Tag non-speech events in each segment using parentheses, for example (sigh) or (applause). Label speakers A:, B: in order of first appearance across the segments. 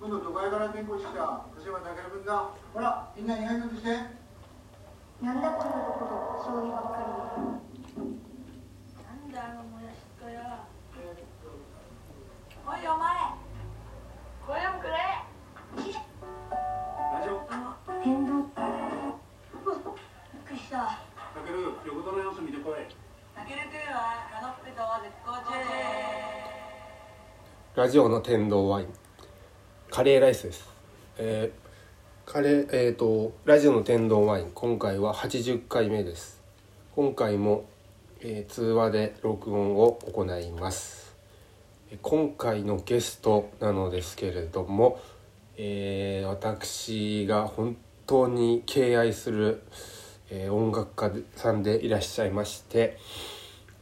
A: 今度都会から転校してきた立花武君だほらみんな意外として
B: なんだこんなところ将棋ばっかりで
C: なんだあのもやしっこよ
A: えーっと
C: おいお前これもくれ
A: 大丈夫
C: あの
B: 天童って
C: うわびっくりした
A: タケル横田の様子見てこい
C: たけるくんはカノッペとは絶好調
D: ラジオの天童ワインカレーライスですえー、カレーえー、とラジオの天童ワイン今回は80回目です今回も、えー通話で録音を行いますえー今回のゲストなのですけれども、えー私が本当に敬愛する、えー音楽家さんでいらっしゃいまして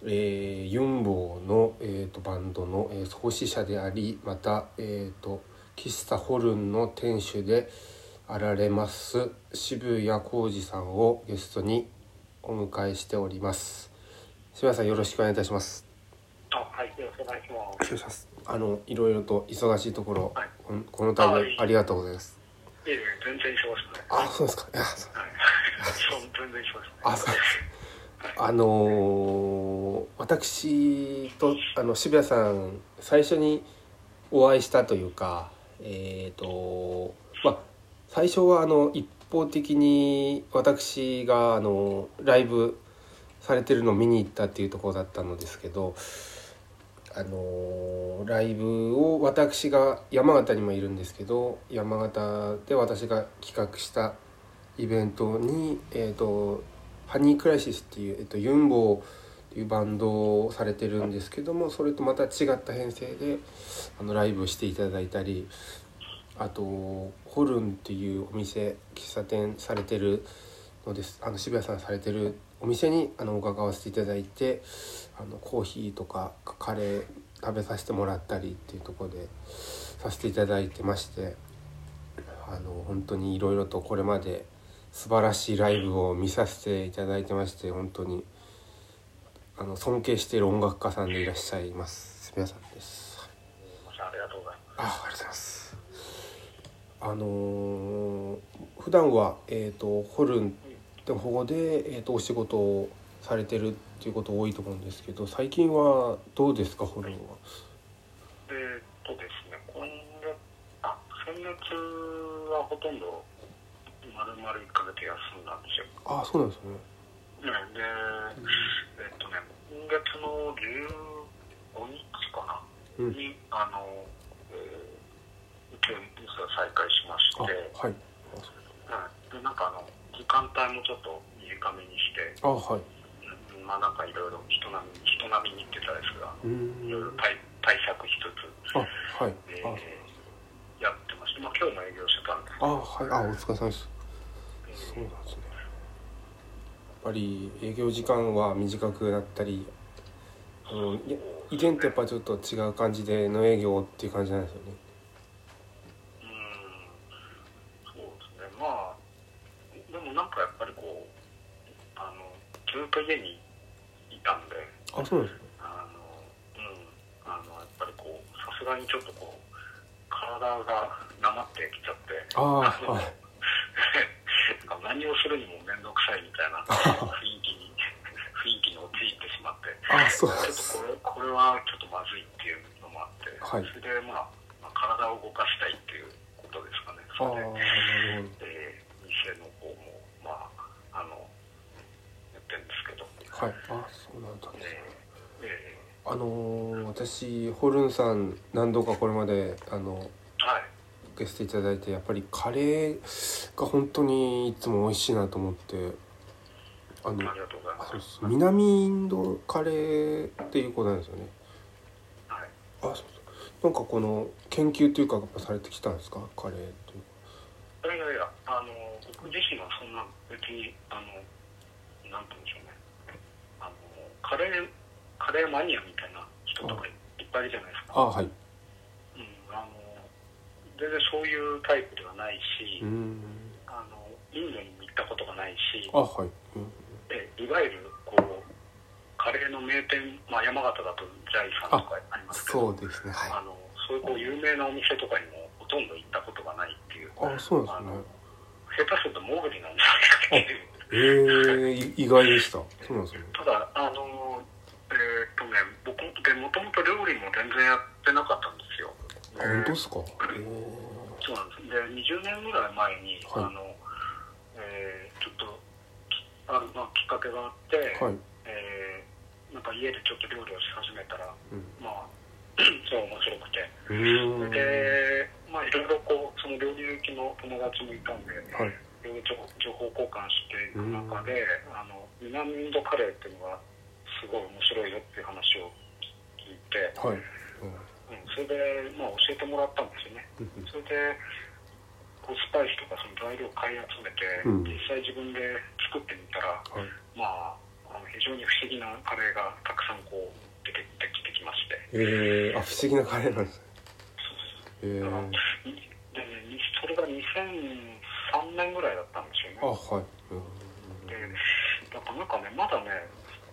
D: えーユンボーの、えー、とバンドの、えー創始者でありまた、えー、と喫茶ホルンの店主であられます渋谷浩二さんをゲストにお迎えしております渋谷さんよろしくお願いいたします
E: あはい、よろしくお願いしま
D: お願いしますあのいろいろと忙しいところ、
E: はい
D: このこの度
E: はい
D: ありがとうございます
E: す。いえいえ、全然忙しくない。
D: あそうですかいやそう
E: はい。そう全然忙しくない。
D: あそうですあのー私とあの渋谷さん最初にお会いしたというかえっ、とまあ最初はあの一方的に私があのライブされてるのを見に行ったっていうところだったのですけどあのーライブを私が山形にもいるんですけど山形で私が企画したイベントに、えー、とハニークライシスっていう、えー、とユンボっていうバンドをされてるんですけどもそれとまた違った編成であのライブをしていただいたりあとホルンっていうお店喫茶店されてるのですあの渋谷さんされてるお店にあの伺わせていただいてあのコーヒーとかカレー食べさせてもらったりっていうところでさせていただいてましてあの本当にいろいろとこれまで素晴らしいライブを見させていただいてまして本当にあの尊敬している音楽家さんでいらっしゃいます渋谷さんです。
E: またありがとうございます。
D: あありがとうございます。あのー普段はえっ、とホルンの方でえっ、とお仕事をされてるっていうこと多いと思うんですけど、最近はどうですかホルンは？
E: えーっとですね、今月、あ、先月はほとんど、まるまる1ヶ月休んだんですよ。
D: ああそうなんですね。
E: ね、で、えーっとね、今月の15日かな、
D: うん
E: に、あの、えー、一応、実は再開しまして
D: あ、はい。
E: はい。で、なんかあの、時間帯もちょっと短めにして、
D: あはい。
E: うんまあなんかいろいろ人並み人並みに言ってたんですが、
D: うー
E: いろいろ
D: ん。
E: 対対策一つ、
D: あはい。
E: えーやってまして、まあ今日も営業してたんです
D: ああはい。あお疲れ様です。
E: け
D: そう
E: ど、
D: なんですね。やっぱり営業時間は短くなったり、あのい以前とやっぱちょっと違う感じでの営業っていう感じなんですよね。
E: うん、そうですね、まあ、でもなんかやっぱりこう、あのずっと家にいたんで、
D: あ、そうなんですね。
E: あのうん、あのやっぱりこう、さすがにちょっとこう、体がなまってきちゃって。
D: ああ、はい。
E: なんか何をするにも面倒くさいみたいな雰囲気に (laughs) 雰囲気に陥ってしまって
D: あ、そうなんで
E: ち
D: す。
E: ょっとこれこれはちょっとまずいっていうのもあって、
D: はい
E: それで、まあ、まあ体を動かしたいっていうことですかね
D: ああ、
E: そ
D: な
E: れ
D: る
E: で、えー店の方もまああのやってるんですけど、
D: ほど。はい。あ、そうなんだったんですね。
E: えーえ
D: あのー私ホルンさん何度かこれまであの
E: ーはい
D: 受けしていただいてやっぱりカレーが本当にいつも美味しいなと思ってあの
E: ありがとうござい
D: あ
E: ます
D: そうです南インドカレーっていうことなんですよね
E: はい
D: あそうそうなんかこの研究というかやっぱされてきたんですかカレーという
E: いやいやいやあの僕自身はそんな別にあのなんて言うんでしょうねあのカレーカレーマニアみたいな人とかいっぱいいるじゃないです
D: あ
E: か、
D: はい
E: うん、あの全然そういうタイプではないうし、
D: ーん
E: あのインドにも行ったことがないし
D: あはい、うん、
E: でいわゆるこうカレーの名店、まあ、山形だとジャイさんとかありますけど
D: そうですねはい
E: あのそういうこう有名なお店とかにもおほとんど行ったことがないっていう
D: あそうなんで
E: 下手するとモーグリなんじゃないかっていう
D: すねええ意外でしたそうなんですね
E: ただあのえーっとね僕でもともと料理も全然やってなかったんですよ
D: あ本当ですか
E: そうなんです。で、20年ぐらい前に、
D: はい
E: あの、えーちょっと、きある、まあ、きっかけがあって、
D: えーはい、
E: えーなんか家でちょっと料理をし始めたら、
D: う
E: まあ、 (clears throat) そう面白くて。
D: ん、うーん
E: で、まあ、いろいろこう、その料理好きの友達もいたんで、
D: はい
E: いろいろ情情報交換していく中で、あの、南インドカレーっていうのが、すごい面白いよっていう話を聞いて、
D: はい、
E: うん、それで、まあ、教えてもらったんですよね。
D: うん、
E: それでこうスパイスとかその材料を買い集めて、
D: うん
E: 実際自分で作ってみたら、
D: はい
E: まあ、あの非常に不思議なカレーがたくさんこう出て出てきまして
D: えー、あ不思議なカレーなんですねえ
E: だから
D: ー、
E: にでにそれが2003年ぐらいだったんです
D: あ
E: よね
D: はい、うん
E: でだからなんかねまだね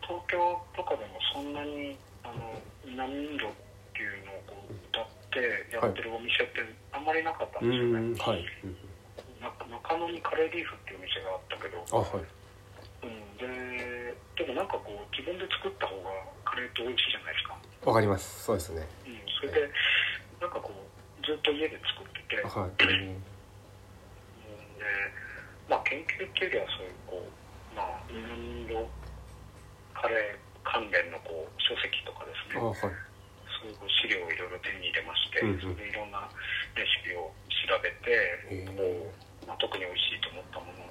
E: 東京とかでもそんなにあの南インドっていうのをこう歌ってやってるお店ってあんまりなかったん
D: う
E: ですよね、
D: んはい、うん、
E: な中野にカレーリーフっていうお店があったけど、
D: あはい
E: うん、ででもなんかこう自分で作った方がカレーって美味しいじゃないですか、
D: わかりますそうですね
E: うん、それでなんかこうずっと家で作ってて、うん、
D: はい、うん
E: でまあ研究っていうよりはそういうこうまあ南インドカレー関連のこう書籍とかですね
D: あはい
E: そういう資料をいろいろ手に入れまして、
D: うんうん
E: それでいろんなレシピを調べて、
D: へー
E: こうまあ、特に美味しいと思ったもの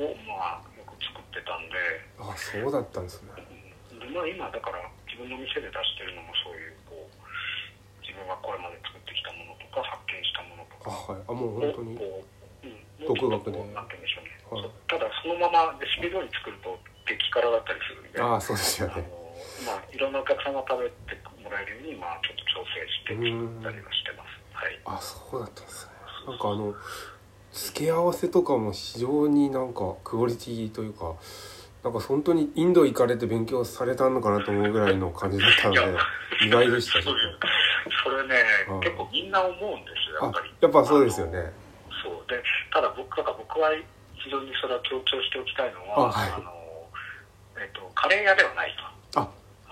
E: を、まあ、よく作ってたんで、
D: あそうだったんですね
E: うんでまあ、今だから自分の店で出してるのもそういうこう自分がこれまで作ってきたものとか発見したものと
D: あ
E: か
D: はいあもう本
E: を
D: 当に
E: こう、うん、もうちょっとこ
D: 独学で
E: うなんて言うんでしょ
D: は
E: うね、
D: い
E: そうただそのままレシピ通り作ると激辛だったりするんで。
D: ああそうですよ
E: あの
D: ね
E: まあ、いろんなお客さんが食べてもらえるように、まあ、ちょっと調整して作ったりはしてます。はい。
D: あそうだったんですねなんかあの付け合わせとかも非常になんかクオリティというかなんか本当にインド行かれて勉強されたのかなと思うぐらいの感じだったので
E: いや
D: 意外でしたち
E: そ
D: ょっ
E: うです。それね
D: うん、
E: 結構みんな思うんですよ、
D: とあ
E: やっぱり。
D: やっぱそうですよね
E: そう。で、ただ僕、だから僕は非常にそれは強調しておきたいのは、
D: あはい
E: の、えっと、カレー屋ではないと。
D: あ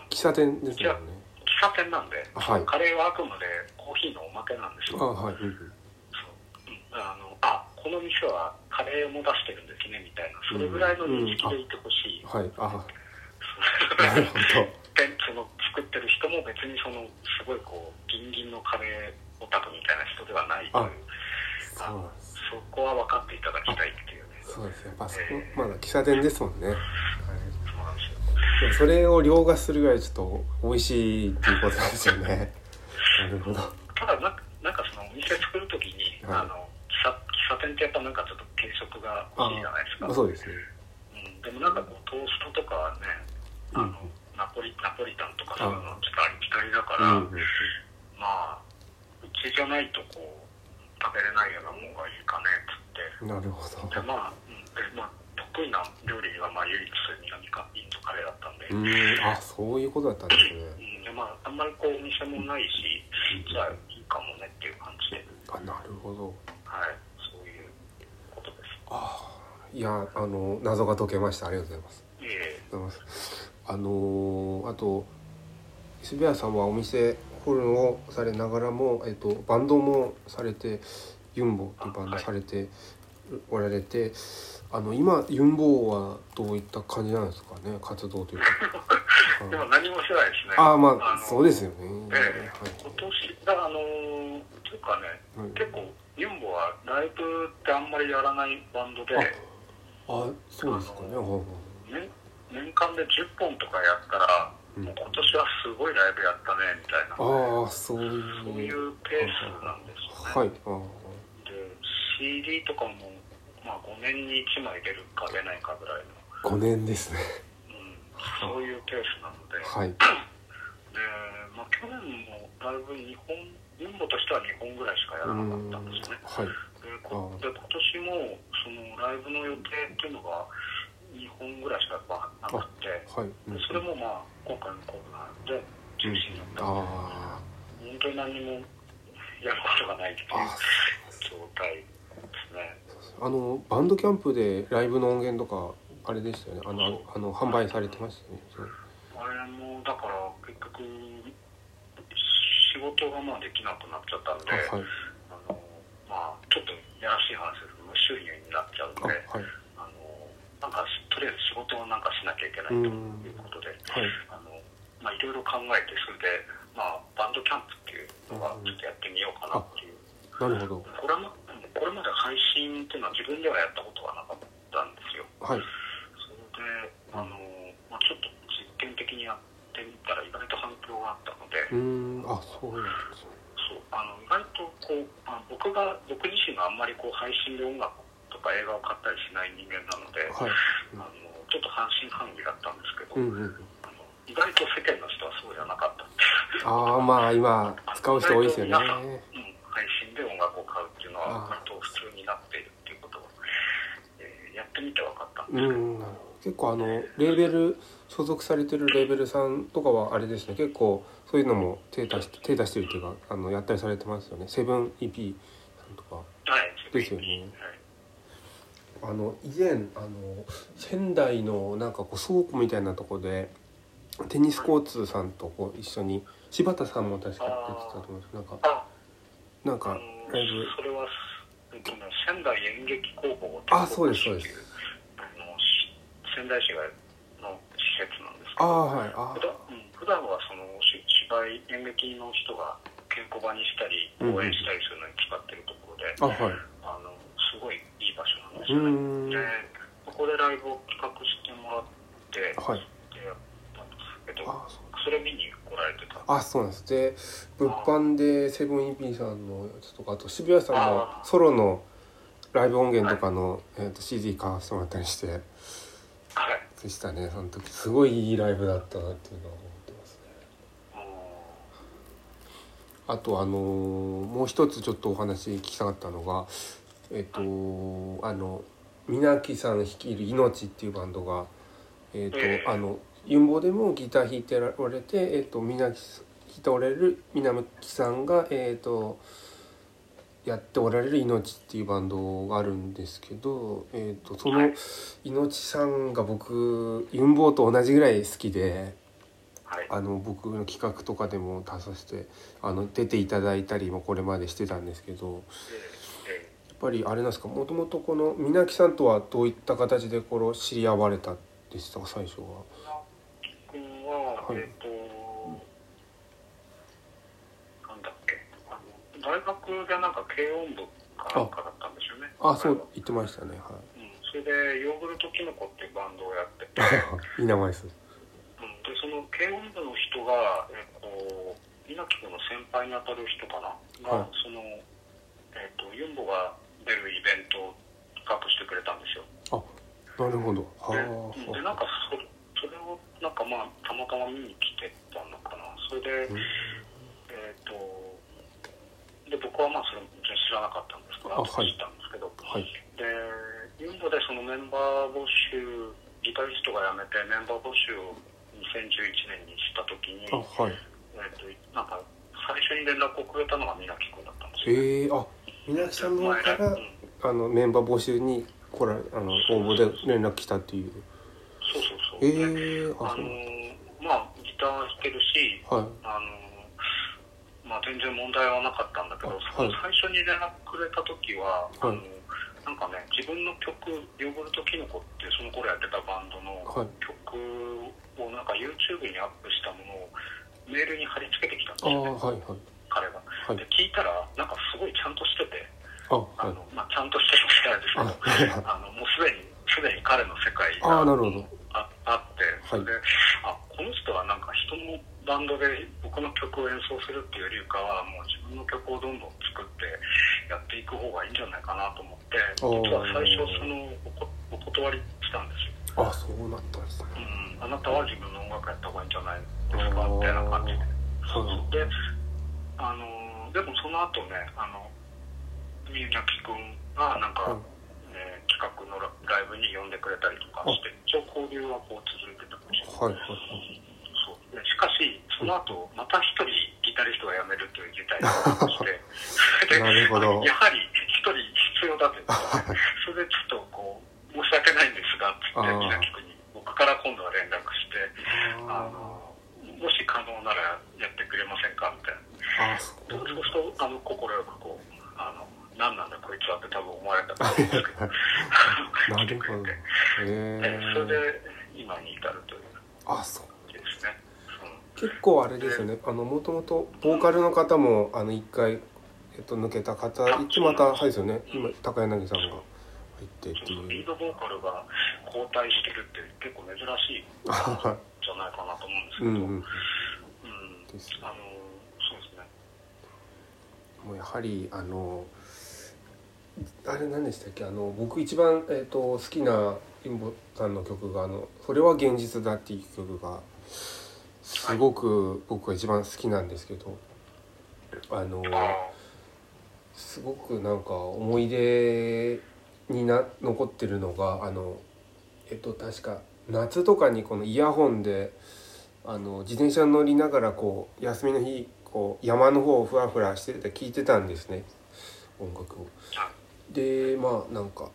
D: 喫茶店ですもんね
E: 喫茶店なんで、
D: はい
E: カレーはあくまでコーヒーのおまけなんですよ。
D: あはい、うん
E: そううんあのあこの店はカレーも出してるんですねみたいなそれぐらいの認識でいてほしい、
D: はいあなるほど
E: で (laughs) その作ってる人も別にそのすごいこうギンギンのカレーオタクみたいな人ではないという
D: あそうなんです
E: そこは分かっていただきたいっていうねそ
D: そうですやっぱそこまだ喫茶店ですもんね、はいう
E: なんですよ
D: でもそれを凌駕するぐらいちょっと美味しいっていうことなんですよねなるほど
E: ただなんかなんかそのお店作る時に、
D: はい
E: あの喫茶喫茶店ってやっぱなんかちょっと軽食が
D: あ
E: 欲しいじゃないですか
D: あそうですね
E: うんでもなんかこうトーストとかはねあの、ナポリナポリタンとかそういうのはちょっとありきたりだか
D: う
E: ら、
D: んうん
E: まあうちじゃないとこう食べれないようなもんがいいかねっつ
D: うんなるほど
E: ってでまあ、うんでまあ、得意な料理はまあ唯一南かインドカレーだったんで、
D: うんあそういうことだったんですね
E: うんでまああんまりこうお店もないしじゃあいいかもねっていう感じで
D: あなるほど
E: はいそういうことです
D: あいやあの謎が解けましたありがとうございます
E: いえ
D: ありがとうございますあのーあと渋谷さんはお店ホルンをされながらも、えっと、バンドもされてユンボというバンドされておられてあの今ユンボはどういった感じなんですかね活動という
E: え
D: か
E: で
D: は
E: も
D: い。
E: 何もしてないですね
D: ああまあ
E: の
D: そうですよね。
E: ええ今年だあのーというかね
D: はいはい
E: 結構ユンボはライブってあんまりやらないバンドで
D: ああそうですかね。はいはい
E: 年年間で10本とかやったら、
D: うん
E: もう今年はすごいライブやったねみたいな
D: ああそう
E: そう
D: い。
E: いううペースなんですよ
D: は
E: ね、
D: い。あー
E: で CD とかも、まあ、5年に1枚出るか出ないかぐらいの、
D: 五年ですね。
E: うん、そういうペースなので,、
D: はい。
E: でまあ、去年もライブ2本ユンボとしては2本ぐらいしかや
D: う
E: ら
D: ん
E: なかったんですよね
D: はい。
E: でこで今年もそのライブの予定っていうのが2本ぐらいしかやっぱなくて
D: はい。うん
E: でそれもまあ今回のコロナで中止になった、
D: あ
E: 本当に何もやることがないっていう
D: あ
E: 状態ですね
D: あのバンドキャンプでライブの音源とかあれでしたよねあのあの販売されてましたよねそれ
E: あれもだから結局仕事がまあできなくなっちゃったんで、
D: あはい
E: あのまあちょっとやらしい話ですけど無収入になっちゃうんで
D: あはい
E: あのなんかとりあえず仕事をなんかしなきゃいけないということで、
D: はい
E: あのまあいろいろ考えてそれでまあバンドキャンプっていうのがちょっとやってみようかなっていう、
D: なるほど
E: これまこれまで配信っていうのは自分ではやったことがなかったんですよ
D: はい
E: それであの、まあ、ちょっと実験的にやってみたら意外と反響があったので、
D: うーんあそうなんですね
E: そうあの意外とこう、あ、僕が僕自身があんまりこう配信で音楽とか映画を買ったりしない人間なので、
D: はい
E: あのちょっと半信半疑だったんですけど、
D: うんうん
E: あの意外と世間の人はそうじゃなかったって
D: ああまあ今使う人多いですよね
E: 皆さん、うん、配信で音楽を買うっていうのは
D: あ
E: 割と普通になっているっていうことを、えーやってみて分かったん
D: う
E: ですけど、
D: んなるほど結構あのレーベル所属されてるレーベルさんとかはあれですね結構そういうのも手出して手出してるっていうかあのやったりされてますよねセブン EP さんとか
E: はい
D: ですよね
E: はい
D: あの以前あの仙台のなんかこう倉庫みたいなとこでテニスコーツさんとこう一緒に柴田さんも確か出てたと思うんですなんか
E: あ
D: なん
E: あ
D: か
E: の
D: ライブ
E: それは、えっとね、仙台演劇工房ってい
D: あそうですそうです
E: あのし仙台市がの施設なんですけ
D: あ
E: ど
D: あはいあ
E: 普段,、うん、普段はそのし芝居演劇の人が稽古場にしたり
D: うん
E: 応援したりするのに使ってるところで、
D: あはい
E: あのすごいいい場所なんです
D: う
E: よね、
D: ーん
E: でここでライブを企画してもらって、
D: はい
E: でやったんですけど
D: あそう
E: それ見に来られてた
D: あそうなんですで物販でセブンイーピーさんのやつとかあと渋谷さんの
E: あー
D: ソロのライブ音源とかの、えー、と CD 買わせてもらったりして
E: はい
D: でしたねその時すごいいいライブだったなっていうのは思ってますね
E: もう
D: あとあのーもう一つちょっとお話聞きたかったのがえっ、とあの皆木さん率いる「命っていうバンドがえっ、と、
E: ええ
D: あのユンボでもギター弾いておられてえっ、と皆木さん弾いておられる南木さんがえっ、とやっておられる「命っていうバンドがあるんですけど、えっとそ
E: は
D: の
E: い
D: 「命さんが僕ユンボと同じぐらい好きで。
E: はい
D: あの僕の企画とかでも出させてあの出ていただいたりもこれまでしてたんですけど
E: でで
D: やっぱりあれなんですかもともとこの皆木さんとはどういった形でこの知り合われたんでしたか最初は。
E: 君は、
D: はい
E: えっ、と、なんだっけ、あの大学でなんか軽音部かなんかだったんですよね。
D: あそ
E: うん
D: う、言ってましたねは
E: それで、ヨーグルトキノコっていうバンドをやってて、
D: (laughs) いいい名前です
E: うん、で、その軽音部の人が、えっ、と、稲城君の先輩にあたる人かな、
D: は
E: が、その、えっ、と、ユンボが出るイベントを企画してくれたんですよ。
D: あなるほどは
E: で
D: あ
E: うんでなんかそそれをなんかまあたまたま見に来てたのかなそれで、
D: うん
E: えっ、とで僕はまあそれも全然知らなかったんですけど
D: あはい
E: 後で知ったんですけど、
D: はい
E: でインドでそのメンバー募集ギタリストが辞めてメンバー募集を2011年にした時に、え
D: あはい
E: ー、となんか最初に連絡をくれたのが皆木君だったんです
D: え
E: よ、
D: ー、あ皆木さんの方か
E: 前
D: ら
E: うん
D: あのメンバー募集に来らあの応募で連絡来たっていう
E: そうそうそう、
D: え
E: で
D: ー、あ
E: あ
D: そ
E: の
D: う
E: ーまあギター弾けるし
D: はい
E: あのまあ、全然問題はなかったんだけど、
D: あはい
E: 最初に連絡くれた時は、
D: はい
E: あのなんかね自分の曲「ヨーグルトキノコ」ってその頃やってたバンドの
D: はい
E: 曲をなんか YouTube にアップしたものをメールに貼り付けてきたんで
D: あー
E: すよね
D: はいはい
E: 彼が。
D: はい
E: で聞いたらなんかすごいちゃんとしてて
D: あ
E: あ
D: はい
E: の、まあ、ちゃんとしてるみたいですけど
D: あはいはい
E: あのもうすでにすでに彼の世界
D: あ
E: が
D: あなるほど
E: ああって、それで
D: は
E: あこの人はなんか人のバンドで僕の曲を演奏するっていうよりかはもう自分の曲をどんどん作ってやっていく方がいいんじゃないかなと思って
D: おー
E: 実は最初そのおこお断りしたんですよ、
D: あそうなったんですね
E: うん、あなたは自分の音楽やった方がいいんじゃないですかみたいな感じで
D: そうなん
E: であのーでもその後ねあの宮崎君がなんか、
D: はい
E: えー企画のラライブに呼んでくれたりとかして一応交流はこう続いてたかもしれない
D: はいはい
E: そうでしかしその後また一人ギギタリストが辞めるという事態をして (laughs) それで
D: なるほど
E: やはり一人必要だという (laughs) ことでそれでちょっとこう申し訳ないんですがつって
D: あー
E: 稲木君に僕から今度は連絡してあ
D: あ
E: のもし可能ならやってくれませんかみたいな
D: あそう
E: そうするとあの快くこうあの何なんだこいつはって多分思われたと思うんですけど
D: な
E: 来て
D: る
E: く
D: ほ
E: れ
D: ど
E: て
D: へえ
E: えそれで今に至るという感
D: あそう
E: じですね。うん
D: 結構あれですよねあのもともとボーカルの方もあの一回、えっと、抜けた方行ってまたはいですよね今高柳さんが入ってっていう
E: リードボーカルが交代してるって結構珍しいんじ
D: は
E: ゃないかなと思うんです
D: いう
E: けど、
D: ん
E: うん
D: うんです
E: あのそうですね
D: もうやはりあのあれ何でしたっけあの僕一番、えっと好きなインボさんの曲があの「それは現実だ」っていう曲がすごく僕が一番好きなんですけどあの
E: あ
D: すごくなんか思い出にな残ってるのがあのえっと確か夏とかにこのイヤホンであの自転車乗りながらこう休みの日こう山の方をふらふらしてて聞いてたんですね音楽を。でまあなんか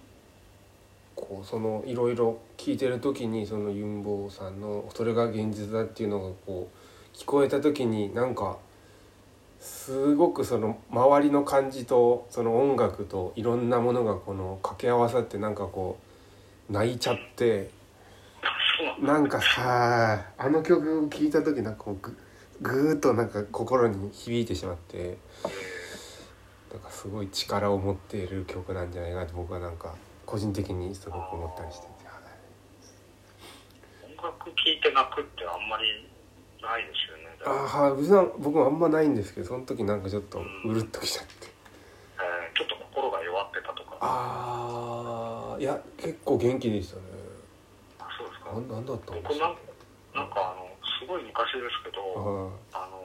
D: こうそのいろいろ聞いてる時にそのユンボーさんの「それが現実だ」っていうのがこう聞こえた時になんかすごくその周りの感じとその音楽といろんなものがこの掛け合わさってなんかこう泣いちゃって
E: そうなんだ
D: なんかさあの曲を聴いた時なんかこうぐぐーっとなんか心に響いてしまってなんかすごい力を持っている曲なんじゃないかと僕はなんか個人的にすごく思ったりしてて
E: 音楽聴いて泣くってあんまりないですよね
D: ああはい普段僕もあんまないんですけどその時なんかちょっとうるっときちゃって
E: えーちょっと心が弱ってたとか
D: ああいや結構元気でしたね
E: そうですか
D: なんなんだったんで
E: 僕
D: し
E: な
D: た
E: んなんかあのすごい昔です
D: あ
E: けど
D: ー
E: あの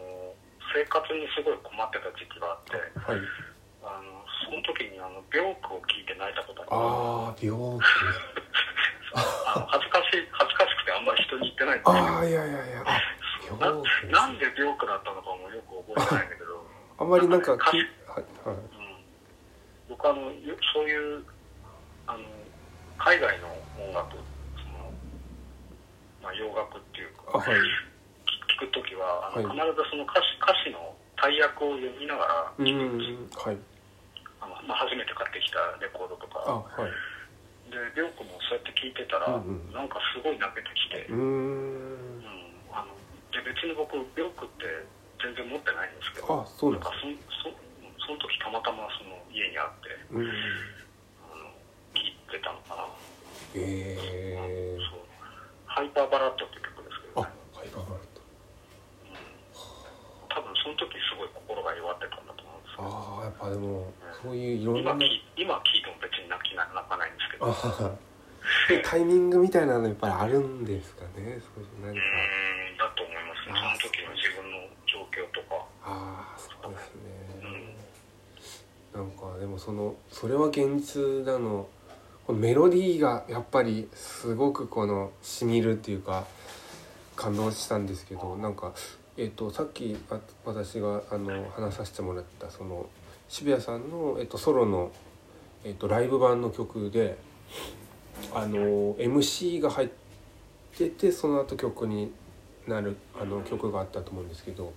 E: 生活にすごい困ってた時期があって
D: はい
E: あのその時にあの病句を聞いて泣いたことあり
D: ああ
E: ます
D: 病気
E: あの恥ずかしい恥ずかしくてあんまり人に言ってないんですけど
D: ああいやいやいやあ
E: な
D: 病気
E: なんで病苦だったのかもよく覚えてないんだけど、
D: あんまりなんかき
E: 歌詞
D: はいはい
E: うん、僕あのよそういうあの海外の音楽その、まあ、洋楽っていう
D: あは
E: か
D: い
E: 聞く時はあの、
D: はい
E: 必ずその歌詞歌詞の大役を読みながら、
D: うんうんはい
E: あのまあ、初めて買ってきたレコードと
D: あ
E: か
D: はい
E: で病苦もそうやって聞いてたら、
D: うんうん
E: なんかすごい泣けてきて
D: うー、ん
E: うんあので別に僕病苦って全然持ってないんですけ
D: あ
E: ど
D: そう
E: な
D: なんん
E: か
D: です
E: そんそんその時たまたまその家にあって
D: うん
E: あの聴いてたのかな、
D: えー
E: そうハイパーバラッドって曲です
D: あ
E: けど、
D: ハ
E: ね、
D: イパーバレット。
E: 多分その時すごい心が弱ってたんだと思うんですけど
D: ああ、やっぱでも、そういういろん
E: 今
D: な。
E: 聴い今聴いても別に泣きな泣かないんですけどうーん
D: あータイミングみたいなのやっぱりあるんですかね。そういう何か。
E: だと思いますねその時の自分の状況とか
D: ああ、そうです
E: う
D: ね。
E: ん
D: なんかでもそのそれは現実なの。このメロディーがやっぱりすごくこのしみるっていうか感動したんですけどなんか、えっとさっきあ私があの話させてもらったその渋谷さんの、えっとソロの、えっとライブ版の曲であの MC が入っててその後曲になるあの曲があったと思うんですけど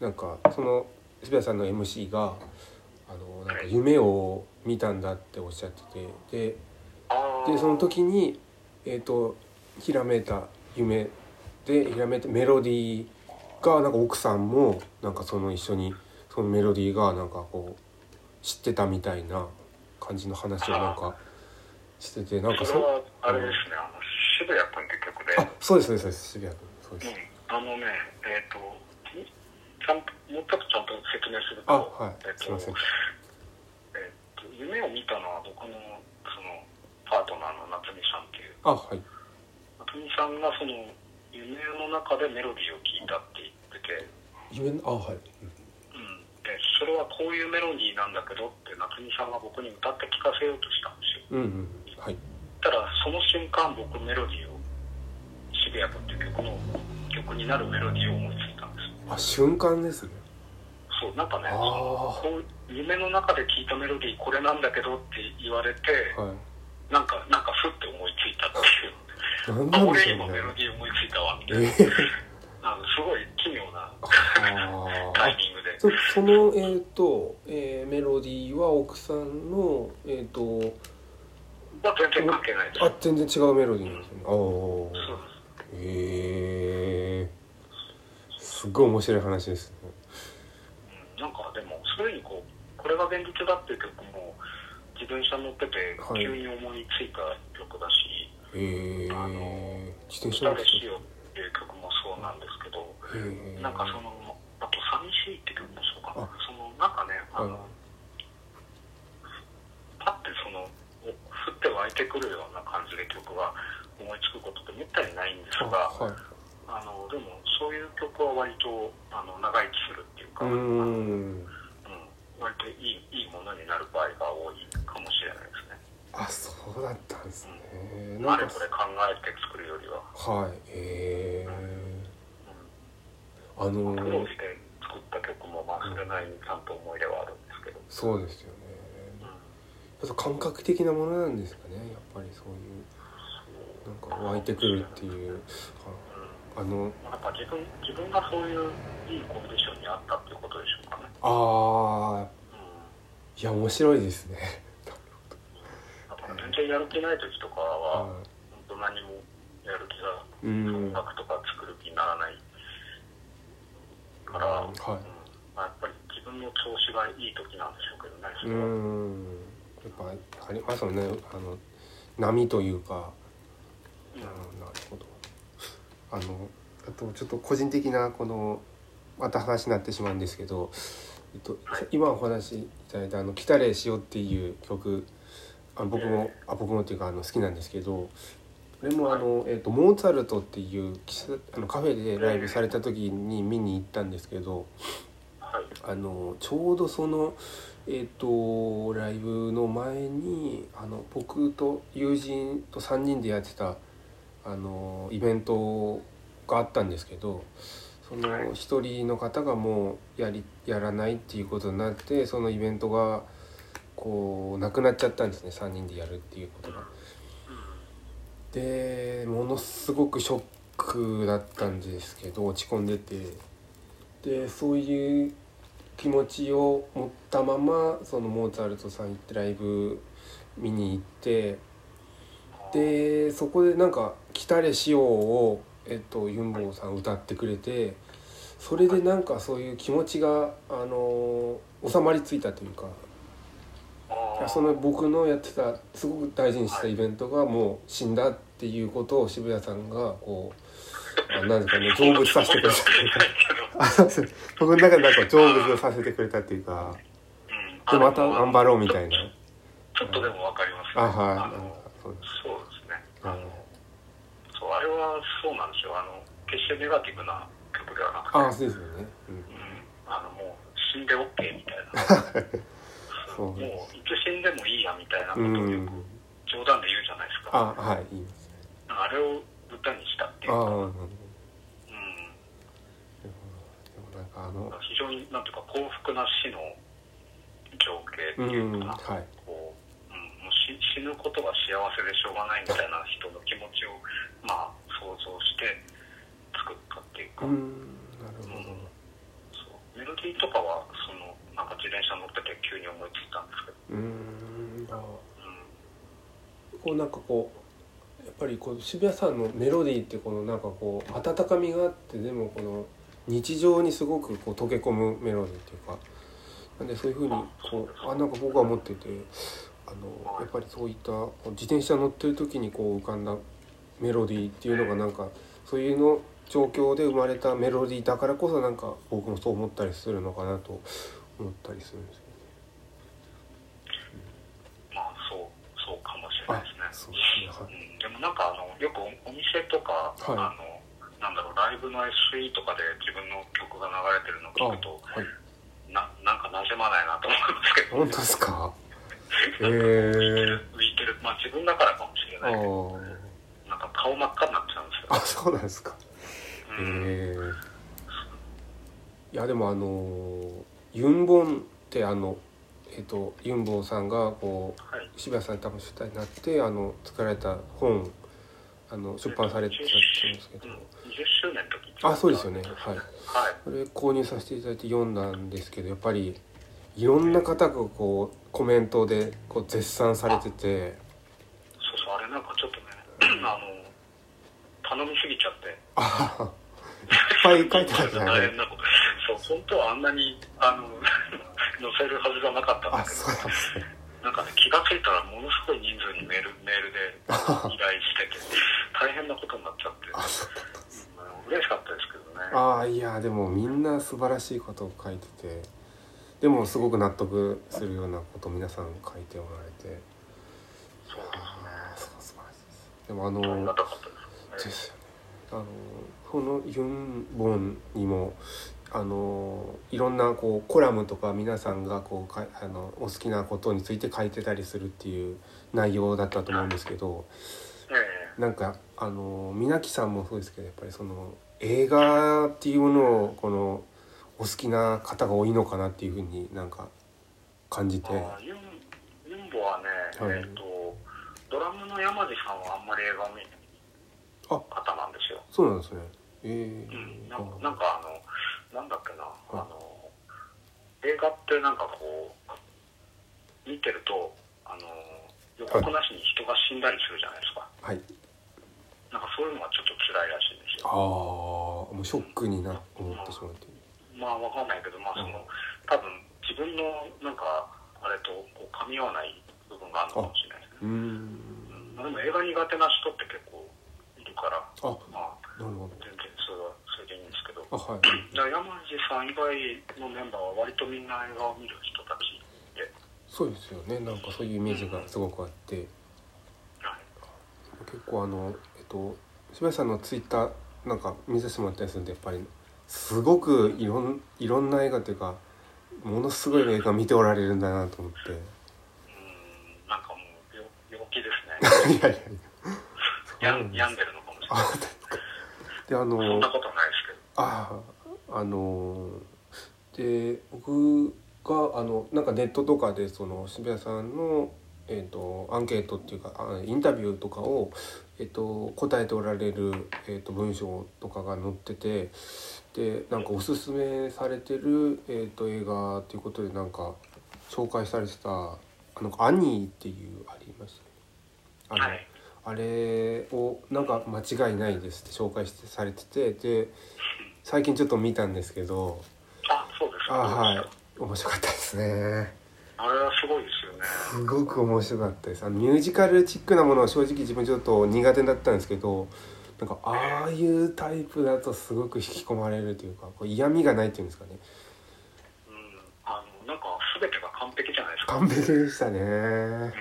D: なんかその渋谷さんの MC があのなんか夢を見たんだっておっしゃっててで
E: あー
D: でその時に、えー、とひらめいた夢でひらめいたメロディーがなんか奥さんもなんかその一緒にそのメロディーがなんかこう知ってたみたいな感じの話をなんかしててなんか
E: それはあれですねあの渋谷君って曲で
D: あそうですそうですそうです渋谷君そう
E: う
D: です
E: ん、あのね、えっ、と、ちゃんと、もうちょっとちゃんと説明すると、
D: あはい
E: えっ、
D: すいません
E: と、えっ、と、夢を見たのは僕の、その、パートナーの夏美さんっていう、
D: あはい
E: 夏美さんがその、夢の中でメロディーを聴いたって言ってて、
D: 夢のあはい
E: うん、で、それはこういうメロディーなんだけどって、夏美さんが僕に歌って聞かせようとしたんです
D: う
E: よ。
D: んうんうんはい
E: ただ、その瞬間、僕、メロディーを、渋谷君っていう曲の、曲になるメロディーを思いついたんです。
D: あ瞬間ですね
E: そうなんかね
D: あー
E: こう夢の中で聞いたメロディーこれなんだけどって言われて
D: は
E: なんかなんかふって思いついたってい
D: い
E: う
D: 何 (laughs)
E: あ
D: なんでし
E: 俺
D: ょう
E: 今メ
D: ね
E: ロディー思いついたわみたいな
D: ええ
E: あのすごい奇妙な
D: あ
E: タイ
D: ー
E: ミングで
D: そその、えーとえーメロディーは奥さんの、えー、と
E: まあ全然関係ないです
D: あ全然違うメロディーなんですよねあ
E: そう
D: あへえすっごい面白い話ですね
E: うんなんかでもそれにこうこれが現実だっていう曲も自転車乗ってて
D: はい
E: 急に思いついた曲だし
D: へえ
E: あの
D: 自転
E: 「
D: 車
E: 歌
D: の
E: でしよう」っていう曲もそうなんですけど
D: へえ
E: なんかそのあと「寂しい」って曲もそうかな
D: あ
E: そのなんかねあの、
D: はい
E: パッてそのお降って湧いてくるような感じで曲が思いつくことってめったにないんです
D: あ
E: が
D: はい
E: あのでもそういう曲は割とあの長生きするっていうか
D: うーん
E: うん、割といいいいものになる場合が多いかもしれないですね。
D: あそうだったんですねな
E: あ
D: ん
E: れ
D: か
E: これ考えて作るよりは、
D: はいへえ
E: う
D: あの
E: ん、苦労して作った曲もまあそれなりにちゃんと思い出はあるんですけど、
D: そうですよね
E: うん、
D: やっぱ感覚的なものなんですかねやっぱりそういうなんか湧いてくるっていうああの
E: うん、やっぱ自分自分がそういういいコンディションにあったっていうことでしょうかね。
D: あ
E: うん
D: ーいや面白いですね
E: だから全然やる気ない時とかは、
D: は
E: 本当何もやる気が
D: いうん
E: 音
D: は
E: 楽とか作る気にならないから、
D: は
E: うん
D: い
E: まあ、やっぱり自分の調子がいい時なんでしょうけどね。
D: う
E: それは
D: んやっぱありますよねあの波というかう
E: う
D: ん
E: ん
D: なるほどあのあとちょっと個人的なこのまた話になってしまうんですけど、えっと、
E: はい
D: 今お話しいただいた「あの来たれしよ」っていう曲あ僕もあ僕もっていうかあの好きなんですけどこれもあの、えっと、モーツァルトっていう喫茶あのカフェでライブされた時に見に行ったんですけど。
E: はい。
D: あのちょうどそのえっ、とライブの前にあの僕と友人と3人でやってたあのイベントがあったんですけどその
E: はい
D: 1人の方がもうやりやらないっていうことになってそのイベントがこうなくなっちゃったんですね3人でやるっていうことが。でものすごくショックだったんですけど落ち込んでてでそういう気持ちを持ったままそのモーツァルトさん行ってライブ見に行ってでそこでなんか「来たれしよう」を、えっと、ユンボーさん歌ってくれてそれでなんかそういう気持ちが、あの収まりついたというか
E: あー
D: その僕のやってたすごく大事にしてたイベントがもう死んだっていうことを渋谷さんがこうあなんですかね成仏させてくれたあそうです (laughs) 僕の中でなんか成仏をさせてくれたっていうか
E: う
D: で
E: ん
D: また頑張ろうみたいな
E: ちょっとでもわかります、
D: あはいなん
E: の
D: かそうです
E: そうですね
D: うん
E: あのそうあれはそうなんですよあの決してネガティブな曲ではなくて
D: あそうですよね、うん
E: うん、あのもう死んで OK みたいな
D: そう
E: もういつ死んでもいいやみたいなことを
D: う
E: よ
D: ん
E: く冗談で言うじゃないですか、
D: あはい言いますね
E: あれを歌にしたってい
D: あ
E: う
D: あ
E: か、
D: なる
E: うん
D: ほど、でもなんかあの
E: 非常になんていうか幸福な死の情景って
D: う
E: いうんかな、
D: はい
E: こう、うん、もう死死ぬことが幸せでしょうがないみたいな人の気持ちを、まあ、想像して作ったっていうか、
D: うんなるほど
E: そうメロディーとかはそのなんか自転車乗ってて急に思いついたんですけど、
D: うんあ
E: うん、
D: こうなんかこうやっぱりこう渋谷さんのメロディーってこのなんかこう温かみがあってでもこの日常にすごくこう溶け込むメロディーっていうかなんでそういうふうにこうあなんか僕は思っててあのやっぱりそういったこう自転車乗ってる時にこう浮かんだメロディーっていうのがなんかそういうの状況で生まれたメロディーだからこそなんか僕もそう思ったりするのかなと思ったりするんですよね。
E: まあそうそうかもしれない
D: あ
E: です
D: そう
E: ね
D: ですねはい
E: うん、でもなんかあのよくおお店とか、
D: はい
E: あのなんだろうライブの SE とかで自分の曲が流れてるの
D: あ
E: を
D: は
E: 聞
D: い
E: くとななんか馴染まないなと思うんですけど
D: 本当ですかええ
E: 浮いて
D: ー
E: る、 (laughs) 浮いてるまあ自分だからかもしれ
D: あ
E: ないけど
D: ー
E: なんか顔真っ赤になっちゃうんですよ
D: あそうなんですか、
E: うん
D: えーいやでもあのーユンボンってあのえっとユンボンさんがこう
E: はい
D: 渋谷さん多分主体になってあの作られた本あの出版されてたと思うんですけ
E: うん
D: ど
E: 20周年の時
D: あそうですよねはい
E: はい
D: これ購入させていただいて読んだんですけどやっぱりいろんな方がこうコメントでこう絶賛されてて
E: そうそうあれなんかちょっとね (clears throat) あの頼みすぎちゃって
D: ああいっぱい書いてあるじゃな
E: (laughs) 大
D: い
E: 変なことそう本当はあんなにあの (laughs) 載せるはずがなかったんだ
D: あ
E: けど
D: そうなんですね
E: なんかね気がついたらものすごい人数にメールメー
D: (laughs)
E: ルで依頼してて大変なことになっちゃって
D: あそう
E: うん嬉しかったですけどね
D: ああいやでもみんな素晴らしいことを書いててでもすごく納得するようなことを皆さん書いておられて
E: そう
D: ああ素晴らしいですでもあの
E: ありがたかっ
D: で
E: たですね
D: すよねあのこのユンボンにもあのいろんなこうコラムとか皆さんがこうかあのお好きなことについて書いてたりするっていう内容だったと思うんですけど
E: ええ
D: なんかあの皆木さんもそうですけどやっぱりその映画っていうものをこのお好きな方が多いのかなっていうふうになんか感じて
E: あユンユンボはね、
D: はい
E: えっ、とドラムの山地さんはあんまり映画見ない
D: あ
E: 方なんですよ。
D: そうなんですね。え
E: う
D: ー
E: ん、なんかなんかあのなんだっけな、あの映画ってなんかこう見てるとあの予告なしに人が死んだりするじゃないですか。
D: はい
E: なんかそういうのがちょっと辛いらしいんです
D: あ
E: よ。
D: あもうショックにな思ってしまうっていう。
E: まあわかんないけど、まあその多分自分のなんかあれとこう噛み合わない部分があるのかもしれないですね。
D: うーん
E: うんまあでも映画苦手な人って結構いるから、
D: あなる
E: ま
D: ほ
E: あ、全然それはそれでいいんですけど、
D: どあはい
E: だから山地さん以外のメンバーは割とみんな映画を見る人たちで、
D: そうですよねなんかそういうイメージがすごくあって
E: はい
D: 結構あのえっと渋谷さんのツイッターなんか見させてもらったりするんでやっぱりすごくいろんいろんな映画というかものすごい映画見ておられるんだなと思って (laughs)
E: うん、なんかもう病病気です
D: (laughs)
E: ね
D: いやいやいや
E: やん病んでるのかもしれない
D: あであ
E: そん
D: の
E: なことないですけど
D: あああのーで僕があのなんかネットとかでその渋谷さんの、えー、とアンケートっていうかあインタビューとかを、えー、と答えておられる、えー、と文章とかが載っててでなんかおすすめされてる、えー、と映画っていうことでなんか紹介されてた「あのアニー」っていうありましたね。あの
E: はい
D: あれをなんか間違いないですって紹介してされててで最近ちょっと見たんですけど
E: あそうです
D: あ
E: か
D: はい面白かったですね
E: あれはすごいですよね
D: すごく面白かったですあのミュージカルチックなものは正直自分ちょっと苦手だったんですけどなんかああいうタイプだとすごく引き込まれるというかこう嫌味がないっていうんですかね
E: うんあのなんか全てが完璧じゃないですか
D: 完璧でしたね
E: うん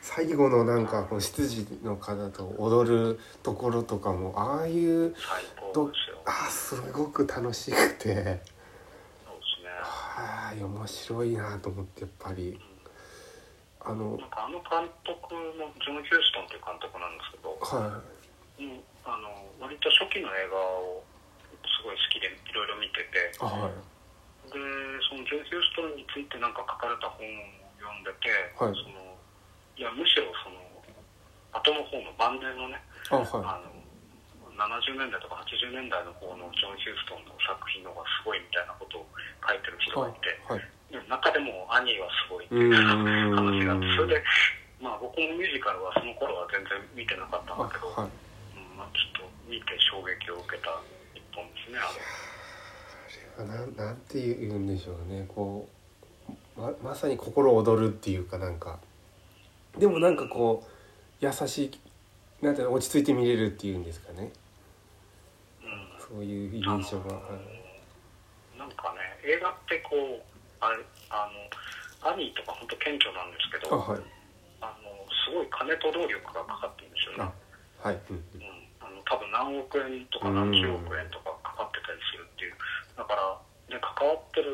D: 最後のなんかこの執事の方と踊るところとかもああいう
E: 最高
D: ど
E: ですよ
D: あーすごく楽しくて
E: そうですね
D: はい面白いなと思ってやっぱりあの
E: なんかあの監督もジョン・ヒューストンという監督なんですけど
D: は
E: うんあの割と初期の映画をすごい好きでいろいろ見てて
D: いあはい
E: でそのジョン・ヒューストンについてなんか書かれた本を読んでて、
D: はい
E: そのいやむしろその後の方の晩年のね、
D: あは
E: あの70年代とか80年代の方のジョン・ヒューストンの作品の方がすごいみたいなことを書いてる
D: い
E: 人
D: は
E: がいて、
D: いはい
E: でも中でも「アニーはすごい」って
D: う
E: いう
D: ー
E: (laughs) 話があって
D: ん
E: それで、まあ、僕もミュージカルはその頃は全然見てなかったん
D: あ
E: だけど。
D: はい
E: うんまあ、ちょっと見て衝撃を受けた一本ですね。あれ
D: あれはなんなんて言うんでしょうねこうままさに心躍るっていうかなんかでもなんかこう優しいなんていうの落ち着いて見れるっていうんですかね
E: うん
D: そういう印
E: あの
D: 象が
E: なんかね、映画ってこう、あれ、あの、アニーとか本当顕著なんですけ
D: あ
E: ど、
D: は
E: あ
D: い
E: の、すごい金と労力がかかってるんですよ
D: あは
E: ね。
D: いうん
E: うん、あの多分何億円とか何十億円とかかかってたりするっていう、だから、ね、関わってる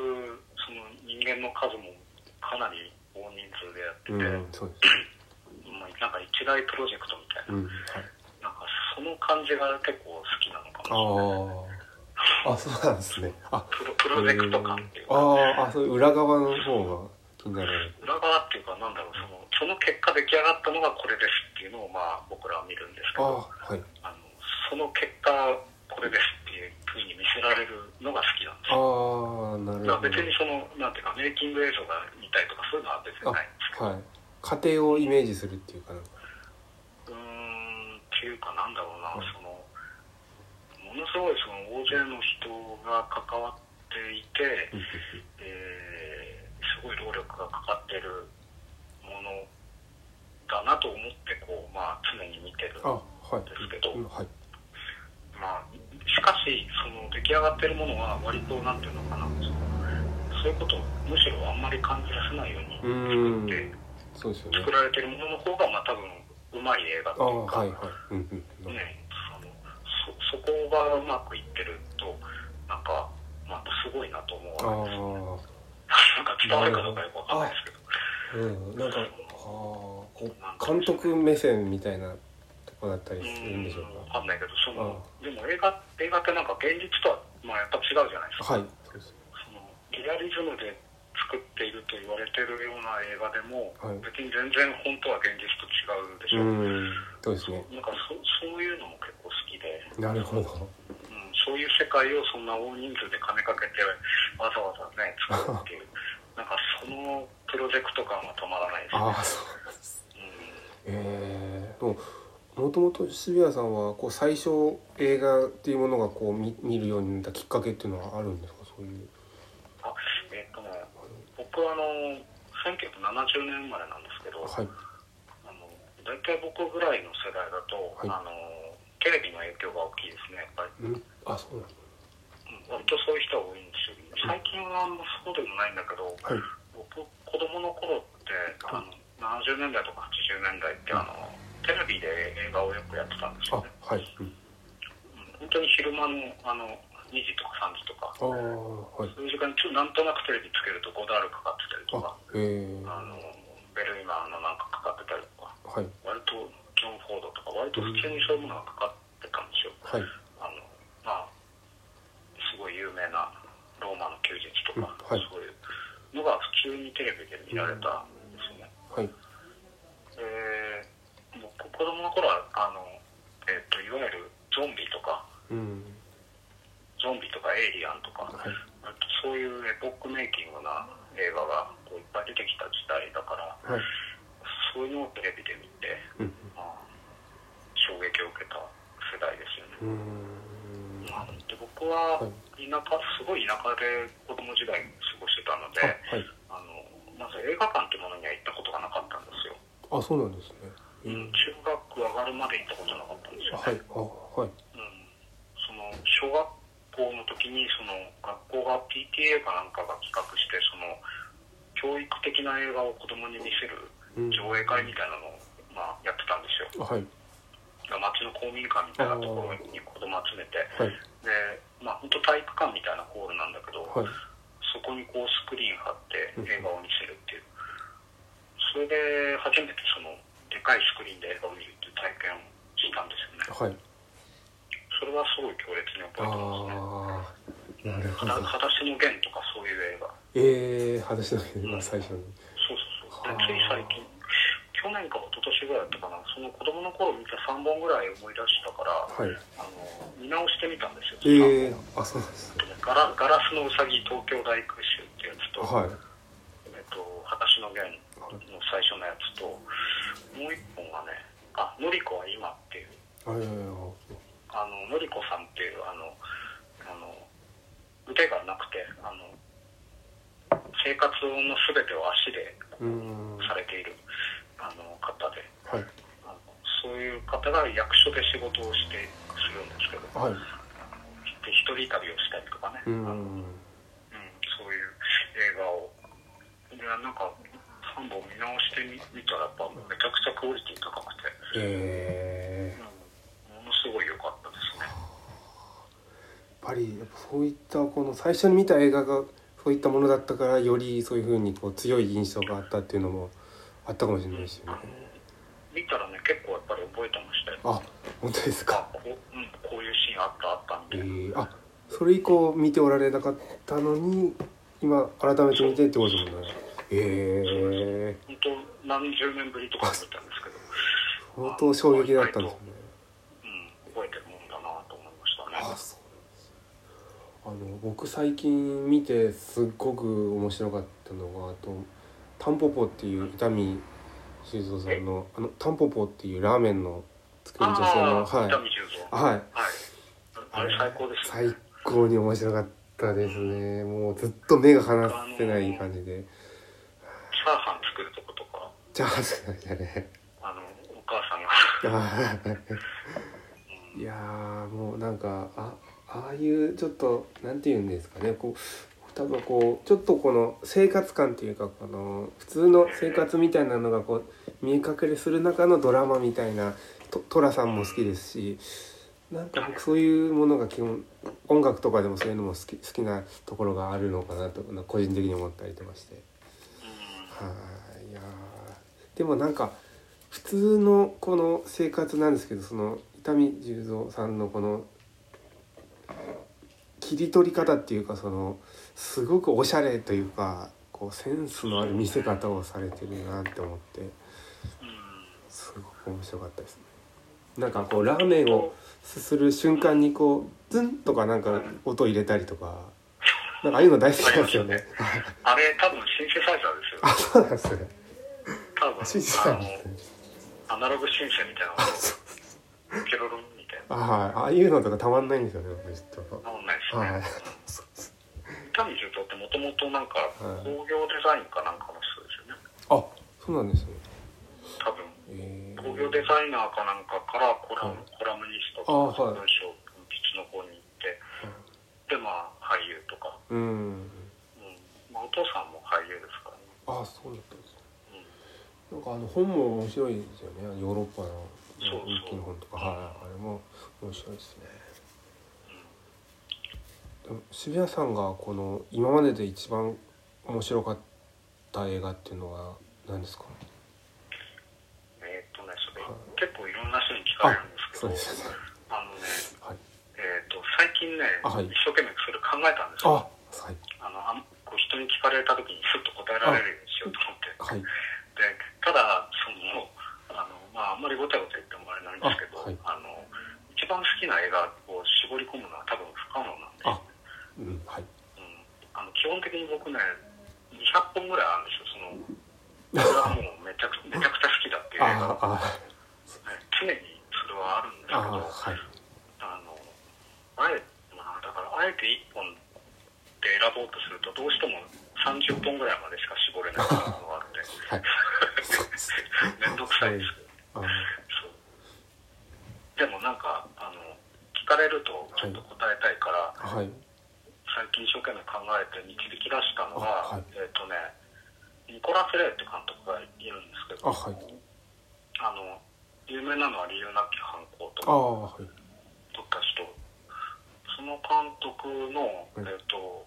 E: その人間の数もかなり大人数でやっ
D: うんうんそ
E: てて、
D: うです
E: まあなんか一大プロジェクトみたいな
D: う、んはい
E: なんかその感じが結構好きなのか
D: あ
E: もしれない。
D: ああそうなんですねあ
E: プロプロジェクト感っていう
D: あーあ
E: か
D: そういう裏側の方が気になる
E: 裏側っていうかなんだろうそのその結果出来上がったのがこれですっていうのをまあ僕らは見るんですけ
D: あ
E: ど
D: はい
E: あのその結果これですっていうふうに見せられるのが好き
D: ああな
E: なんですよ
D: る
E: だ
D: ほ
E: から別にそのなんていうかメイキング映像が見たいとかそういうのは別にないんですけ
D: どはい家庭をイメージするっていうかなんか
E: どうーんっていうかなんだろうなそのものすごいその大勢の人が関わっていて、
D: うん
E: えーすごい労力がかかってるものだなと思ってこう、まあ、常に見てる
D: あはい
E: ですけど
D: うんはい
E: まあ、しかしその出来上がってるものは割となんていうのかなそのそういうことをむしろあんまり感じさせないように
D: うー
E: 作って
D: んそうですよね
E: 作られてるものの方がまあ多分うまい映画って
D: あ
E: いうか、
D: はいはいうんうん
E: ね、そのそそこがうまくいってるとなんか、まあ、すごいなと思
D: あ
E: うわけですよね。
D: あ
E: (laughs) なんか伝わるかどうかよくわかんないですけど。
D: うんなんかああこう監督目線みたいなとこだったりするんでしょう
E: わ
D: か
E: かんないけどそのでも映画映画ってなんか現実とは、まあ、やっぱ違うじゃないですか、
D: はいそうです
E: そのリアリズムで作っていると言われてるような映画でも、
D: はい
E: 別に全然本当は現実と違うでし
D: う
E: ょ、
D: んそうですね
E: なんかそそういうのも結構好きで、
D: なるほど
E: うん、そういう世界をそんな大人数で金かけてわざわざね作るって
D: (laughs)
E: いうなんかそのプロジェクト感は止まらないですね
D: ああそうなんです
E: うん
D: えー、でももともと渋谷さんはこう最初映画っていうものがこう見見るようになったきっかけっていうのはあるんですかそういう
E: あえっとね、僕はあの1970年生まれなんですけど、
D: はい
E: あの大体僕ぐらいの世代だと、
D: はい
E: あのテレビの影響が大きいですねやっぱり、
D: うんあそうなんで
E: うん、割とそういう人が多いんですよ最近はあんまそうでもないんだけど
D: すはい
E: 僕子供の頃ってあの70年代とか80年代ってあのテレビで映画をよくやってたんですよね、
D: あはい、うん、
E: うん、本当に昼間のあの2時とか3時とか
D: ああはい
E: そういう時間にちょなんとなくテレビつけるとゴダールかかってたりとか
D: あえー、
E: あのベルリマーのなんかかかってたりとか
D: はい
E: 割とジョン・フォードとか割と普通にそういうものがかかってたんですよ、
D: はい
E: あのまあすごい有名なローマの休日とか、
D: うんはい
E: そういうのが普通にテレビで見られたんですね、
D: はい
E: えー、もう子供の頃はあの、えっといわゆるゾンビとか
D: うん
E: ゾンビとかエイリアンとか、
D: はい
E: 割とそういうエポックメイキングな映画がこういっぱい出てきた時代だから
D: はい
E: そういうのをテレビで見て、
D: うん
E: まあ、衝撃を受けた世代ですよね
D: うーん
E: まあで僕は
D: はい
E: 田舎すごい田舎で子供時代過ごしてたので
D: あはい
E: あのまず映画館ってものには行ったことがなかったんですよ、
D: あそうなんですねえー
E: うん、中学上がるまで行ったことなかったんです
D: あ
E: よ、
D: はいあはい
E: うん、その小学校の時にその学校が PTA かなんかが企画してその教育的な映画を子供に見せる
D: うん
E: 上映会みたいなのを、まあ、やってたんですよ
D: あはい
E: 町の公民館みたいなところに子供集めて
D: はい
E: でまあ本当体育館みたいなホールなんだけど、
D: はい
E: そこにこうスクリーン貼って
D: うん
E: 映画を見せるっていう、それで初めてそのでかいスクリーンで映画を見るっていう体験をしたんですよね
D: はい
E: それはすごい強烈に覚えてますね
D: ああなるほど
E: 「は裸足の弦」とかそういう映画
D: ええー、話のけが最初に
E: そうそうそう
D: はあ
E: でつい最近去年か一昨年ぐらいだったかなその子供の頃見た3本ぐらい思い出したから、
D: はい
E: あの見直してみたんですよ、
D: ええー、あそうなんですね
E: ガラガラスのうさぎ東京大空襲ってやつと、
D: はい
E: えっと、裸足の弦の最初のやつと、もう一本はね、あ、のりこは今っていう、
D: あいやいや
E: あの、のりこさんっていう、あの、あの、腕がなくて、あの、生活のすべてを足で
D: うーん
E: されている、あの、方で、
D: はい
E: あのそういう方が役所で仕事をして、するんですけど、
D: はい
E: で一人旅をしたりとかね、
D: うー
E: あの
D: ん
E: うん、そういう映画をいやなんか3本見直してみ見たらやっぱめちゃくちゃクオリティ高くて、
D: ええー、や
E: うん、ものすごい良かったですね
D: っぱりやっぱそういったこの最初に見た映画がそういったものだったからよりそういうふうにこう強い印象があったっていうのもあったかもしれないですよね
E: 見たらね結構やっぱり覚えてましたよ
D: あ本当ですか
E: あこ,、うん、こういうシーンあったあった
D: え
E: みたいな、
D: ー、あそれ以降見ておられなかったのに今改めて見てってことですもんねええ
E: 本当何十年ぶりとかだったんですけど、
D: 相当衝撃だったんですね
E: うん、覚えてるもんだなと思いましたね。
D: あそうあの僕最近見てすっごく面白かったのがあと「タンポポ」っていう伊丹修造さんの「あのタンポポ」っていうラーメンの作る女性の
E: ああ、伊丹
D: はい
E: 十三。はい。
D: はい
E: あれ最高です、ね。
D: 最高に面白かったですねもうずっと目が離せない感じで
E: チャーハン作るとことか、
D: じゃあ (laughs) すいませんね
E: あの、お母さんが、
D: あ
E: う
D: ー
E: ん
D: いやーもうなんかあああいうちょっとなんて言うんですかねこう多分こうちょっとこの生活感というかこの普通の生活みたいなのがこう見え隠れする中のドラマみたいなと寅さんも好きですしなんか僕そういうものが基本音楽とかでもそういうのも好き好きなところがあるのかなと個人的に思ったりとかして。
E: うん
D: はいいやーでもなんか普通のこの生活なんですけどその伊丹十三さんのこの切り取り方っていうかそのすごくおしゃれというかこうセンスのある見せ方をされてるなって思って
E: うん
D: すごく面白かったですね。なんかこうラーメンをすする瞬間にこうズンとかなんか音入れたりとかなんかああいうの大好きなんですよね。
E: あれ多分シンセサイザーですよ
D: あそうなんですね。
E: 多分
D: シンセさん
E: あ
D: で
E: の
D: すね。
E: アナログシンセみたいな
D: あそう
E: ケロロンみたい
D: あはい、ああいうのとかたまんないんですよね、僕ちょっと。
E: ななんないです
D: はい
E: ね。伊丹十三ってもともとなんか
D: はい
E: 工業デザインかなんかの人ですよね
D: あ、そうなんですね。
E: 多分
D: えー
E: 工業デザイナーかなんかからコラ
D: は
E: ム,、
D: い
E: コラムニスト
D: あ
E: とか
D: はい
E: 文章文筆の方に行ってでまあ俳優とか、
D: うん。
E: うんまあ、お父さんも俳優ですからね、
D: あ、そうだったんですね。
E: うん、
D: なんかあの本も面白いですよね、ヨーロッパの。
E: そうそう
D: 日記の本とか、はい、あれも面白いですね。でも渋谷さんがこの今までで一番面白かった映画っていうのは何ですか。
E: えーっとねそれ
D: はい
E: 結構いろんな人に聞かれるんです
D: そ
E: け
D: う
E: ど
D: ですよね。
E: あのね
D: はい。
E: えーっと最近ね、
D: あはい
E: 一生懸命それ考えたんですよ
D: あ、はい。
E: あのあんこう人に聞かれた時にスッと答えられるようにしようと思って
D: はい。
E: でただそのあの、まあ、あんまりごちゃごちゃ言ってもあれなんですけど
D: あはい
E: あ、の一番好きな映画を絞り込むのは多分不可能なんで
D: あ、うん、はい。
E: うん、あの基本的に僕ね200本ぐらいあるんですよそのそれはもうめちゃくめちゃくちゃ好きだっていう映画
D: あ、あ、
E: ね常にそれはあるんですけ
D: あ、はい。
E: どあのあえ、まあ、だからあえて1本で選ぼうとするとどうしても30本ぐらいまでしか絞れないっていうのがあって (laughs)
D: はい。そうですね。
E: 面倒くさいですけど。
D: あ、
E: そうでもなんかあの聞かれるとちょっと答えたいから、
D: はい。
E: 最近一生懸命考えて導き出したのが、
D: あはい
E: えっ、とねニコラス・レイって監督がいるんですけ
D: あ、
E: どあ
D: はい。
E: の有名なのは理由なき犯行と
D: あ
E: か
D: あはい
E: 撮った人その監督の、
D: うん
E: えっ、と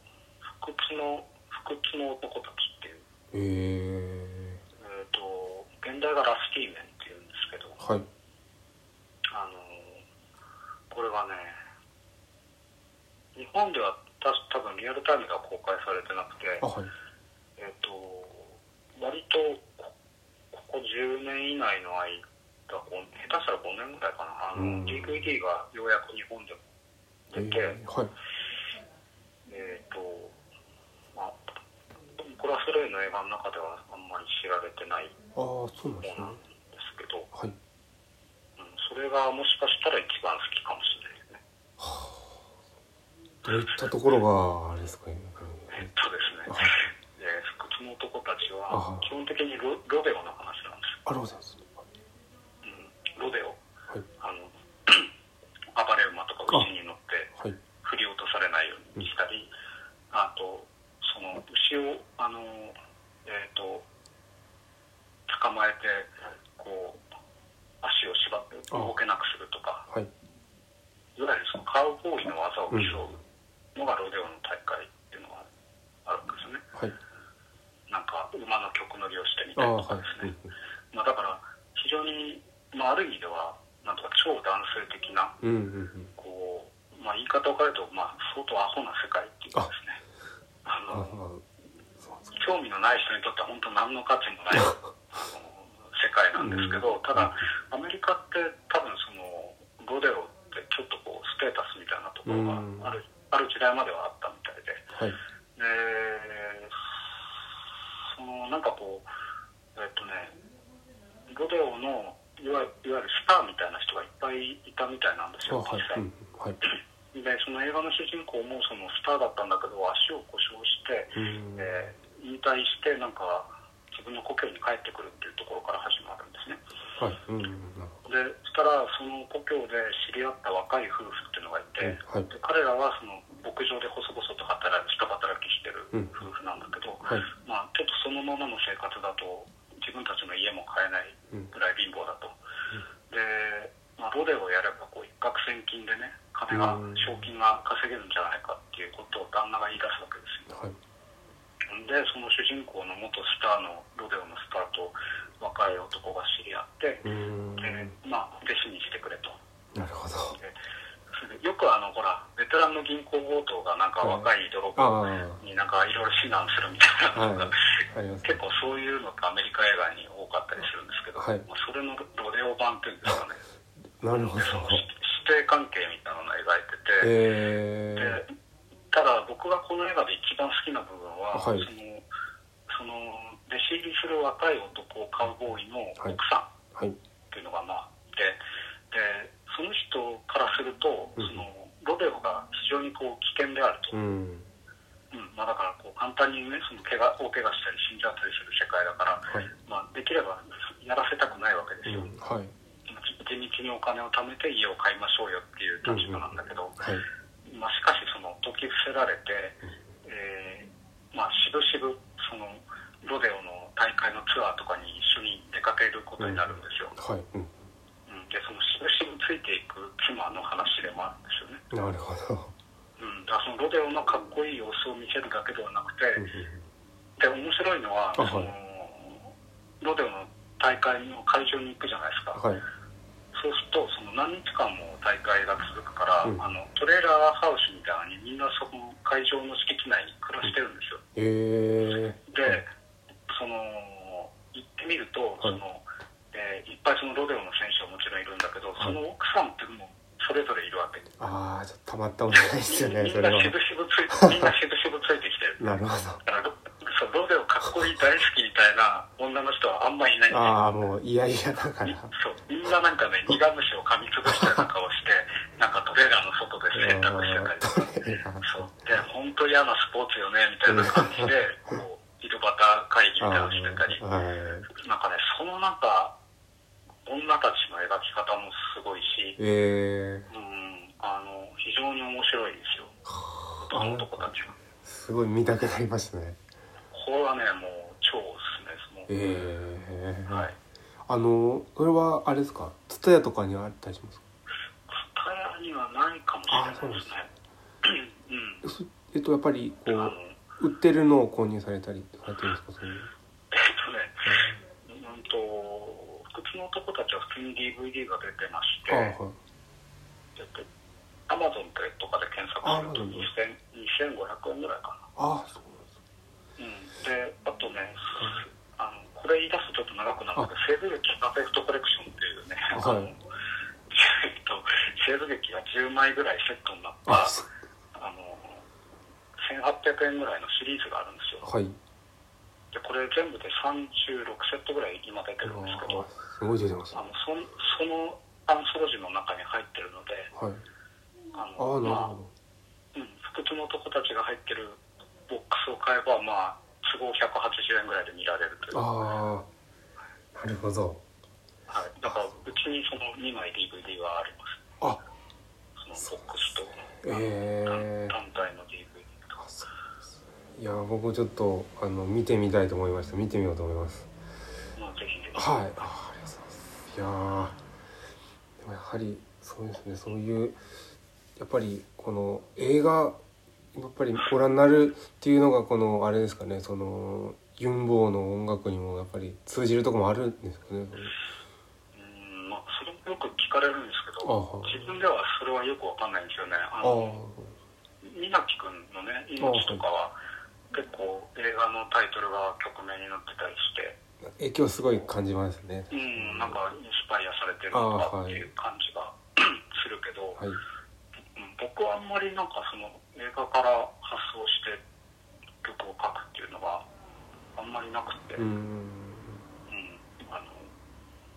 E: 不屈の不屈の男たちっていう、
D: え
E: えっ、と現代がラスティーメンっていうんですけど、
D: ー、はい
E: あのこれはね日本ではた多分リアルタイムが公開されてなくて
D: あはい
E: えっ、と割とこここ10年以内の間こう下手したら5年ぐらいかなあの、
D: うん
E: DVD がようやく日本でも
D: え
E: 出て、
D: ー、はい
E: えっ、とまあニコラス・レイの映画の中ではあんまり知られてない
D: ああそうなんです
E: 方
D: ね
E: なんですけど、
D: はい
E: うん、それがもしかしたら一番好きかもしれないですね。
D: どういったところがあれですかね
E: えっとですね、
D: はい
E: えー不屈の男たち
D: あは
E: はい基本的にロロデオの話なんで
D: あローさんです
E: すよ、うん、ロデオ
D: はい
E: あの (clears throat) 暴れ馬とか牛に乗って
D: はい
E: 振り落とされないようにしたりあとその牛をあのえっ、と捕まえてこう足を縛って
D: あ
E: 動けなくするとか
D: はい
E: いわゆるそのカウボーイの技を競うのがロデオの大会っていうのがあるんですよね
D: はい
E: なんか馬の曲乗りをしてみ
D: あ
E: たり
D: あ
E: とか
D: はい
E: ですね、まあ、だから非常に、まあ、ある意味ではなんとか超男性的な
D: うんうんうんうん
E: こうまあ、言い方を変えると、まあ、相当アホな世界っていうかですねあ
D: あ
E: の
D: あそうですか
E: 興味のない人にとっては本当何の価値もないあの世界なんですけど、ただアメリカって多分そのボデオってちょっとこうステータスみたいなところ
D: うん
E: がある,、ある時代まではあったみたいで
D: はい
E: でそのなんかこうえっとねボデオのいわいわゆるスターみたいな人がいっぱいいたみたいなんです
D: あ
E: よ、
D: はい
E: 実際
D: うんはい
E: でその映画の主人公もそのスターだったんだけど足を故障して、
D: うん
E: えー引退してなんか自分の故郷に帰ってくるっていうところから始まるんですね
D: はいうんなるほ
E: でそしたらその故郷で知り合った若い夫婦っていうのがいて、
D: どはい
E: で彼らはその牧場で細々と働き下働きしてる
D: うん
E: 夫婦なんだけど、
D: はい
E: まあ、ちょっとそのままの生活だと自分たちの家も買えない
D: うん
E: ぐらい貧乏だと、で、まあ、ロデをやればこう一攫千金でね金が
D: うん
E: 賞金が稼げるんじゃないかっていうことを旦那が言い出すわけです
D: はい
E: よでその主人公の元スターのロデオのスターと若い男が知り合って、
D: うん
E: でまあ、弟子にしてくれと
D: なるほど
E: それでよくあのほらベテランの銀行強盗がなんか若い泥棒
D: あ
E: になんかいろいろ指南するみた
D: あはい
E: いな、
D: あります
E: 結構そういうのってアメリカ映画に多かったりするんですけど、
D: はい
E: まあ、それのロデオ版っていうんです
D: な
E: かね
D: るほど
E: 師弟関係みたいなのを描
D: えー、
E: いてて、でただ僕がこの映画で一番好きな部分は、
D: はい
E: そのその弟子入りする若い男カウボーイの奥さ
D: は
E: ん
D: い
E: っていうのがまあいてでその人からすると、
D: うん
E: そのロデオが非常にこう危険であると、
D: うん
E: うんまあ、だからこう簡単にねその怪我大怪我したり死んじゃったりする世界だから、
D: はい
E: まあ、できればやらせたくないわけで
D: う
E: すよ。
D: んはい
E: 地道にお金を貯めて家を買いましょうよっていう立場なんだけど、
D: はい
E: まあ、しかしその解き伏せられて、えーまあしぶしぶそのロデオの大会のツアーとかに一緒に出かけることになるんですよ、
D: はいうん
E: うん、でそのしぶしぶついていく妻の話でもあるんですよね、
D: なるほど
E: うん、だからそのロデオのかっこいい様子を見せるだけではなくて、
D: うん
E: で面白いのは
D: あは
E: そ
D: い
E: の、ロデオの大会の会場に行くじゃないですか、
D: はい
E: そうするとその何日間も大会が続くから、
D: うん
E: あのトレーラーハウスみたいなのにみんなその会場の敷地内に暮らしてるんですよ
D: えー、
E: でその行ってみると、
D: はい
E: いそのえーいっぱいそのロデオの選手はもちろんいるんだけど、その奥さんっていうのもそれぞれいるわけ
D: ああちょっとたまったもんじゃないですよね
E: (laughs) み
D: それ
E: んな
D: は
E: しぶしぶつ
D: (laughs)
E: いみんなしぶしぶついてきてる
D: なるほど
E: だからロそうロデオかっこいい大好きみたいな女の人はあんまりいないんですよ
D: ああもういやいやだ
E: (laughs)
D: から
E: そうみんななんかね苦虫を噛みつぶしたような顔
D: (laughs)
E: してなんかトレーラーの外で洗濯してたりとか
D: トレーラー
E: そうで本当嫌なスポーツよねみたいな感
D: (laughs)
E: じでこう井戸端会議みたいなのしてたり
D: はい
E: なんかねそのなんか女たちの描き方もすごいし
D: えー、
E: うんあの非常に面白いですよあの男たちは
D: すごい見たくなりましたね
E: これはねもう超おすすめですもう、
D: えー、
E: はい
D: あのそれはあれですか蔦屋とかにあったりしますか
E: 片屋にはないかもし
D: あそ
E: れ
D: う
E: な
D: で
E: い
D: す
E: ですねうん
D: すえっとやっぱりこ
E: あの
D: う売ってるのを購入されたりされてるんですかそういう
E: えっとね、うんと、不屈の男たちは普通に DVD が出てまして
D: あ、ーはい
E: アマゾンとかで検索すると
D: Amazon で
E: 2000 2500円ぐらいかな。
D: あーそうなんです
E: うん、で、あとね、あのこれ言い出すとちょっと長くなるので、西部劇パーフェクトコレクションっていうね、あ
D: は
E: の
D: い
E: えっと西部劇が10枚ぐらいセットになっ
D: あ
E: た、
D: そう
E: あの1800円ぐらいのシリーズがあるんですよ。
D: はい
E: で、これ全部で36セットぐらい今出てるんですけど、
D: あーすごい出てますね
E: あのそんそのアンソロジーの中に入ってるので、
D: はい
E: あ
D: ああ
E: の
D: なるほ
E: まあうん、不屈の男たちが入ってるボックスを買えば、まあ、都合180円ぐらいで見られるという、
D: ど
E: は
D: ああなるほど
E: い、だからうちにその2枚 DVD はありま
D: あ
E: す、そのボックスと
D: ええー、
E: 単体の DVD と
D: あそうですねいや僕ちょっとあの見てみたいと思いました見てみようと思います
E: まあ、ぜひぜひ、
D: はいあありがとうございますいやーでもやはりそうですねそういうやっぱりこの映画やっぱりご覧になるっていうのがこのあれですかねそのユンボーの音楽にもやっぱり通じるとこもあるんですかね
E: うんまあ、それもよく聞かれるんですけど、
D: あは
E: 自分ではそれはよくわかんないんですよねあ
D: あ
E: の
D: は
E: 稲城くんのね命とかは結構映画のタイトルが曲名になってたりして
D: あ影響すごい感じますね
E: うんなんかインスパイアされてるの
D: あ
E: か
D: は
E: っ
D: い
E: ていう感じが (clears throat) するけど、
D: はい
E: うん僕はあんまりなんかその映画から発想して曲を書くっていうのはあんまりなくて、
D: う
E: うん
D: ん
E: あの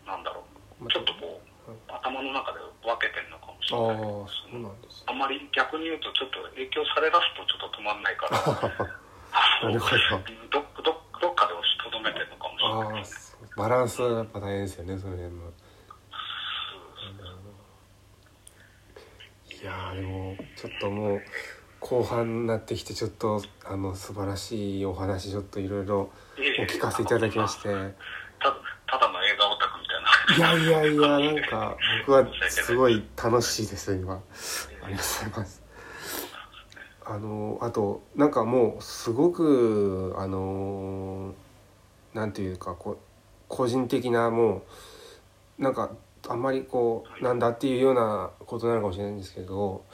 E: なんだろう
D: ま
E: ちょっとこう、頭の中で分けてるのかもし
D: ああ
E: れない
D: そうなんです (laughs)
E: あんまり逆に言うとちょっと影響されだすとちょっと止まんないから
D: (laughs) なるほど
E: どどどっかで押しとどめてるのかもしれ
D: あ
E: ない
D: あ
E: ですね
D: そうバランスはやっぱ大変ですよねその辺のいやーでもちょっともう後半になってきてちょっとあの素晴らしいお話ちょっといろいろお聞かせ (laughs) いただきまして
E: たただの映画オタクみたいない
D: やいやいやなんか僕はすごい楽しいです今ありがとうございますあのあとなんかもうすごくあのなんていうかこう個人的なもうなんかあんまりこうなんだっていうようなことなのかもしれないんですけど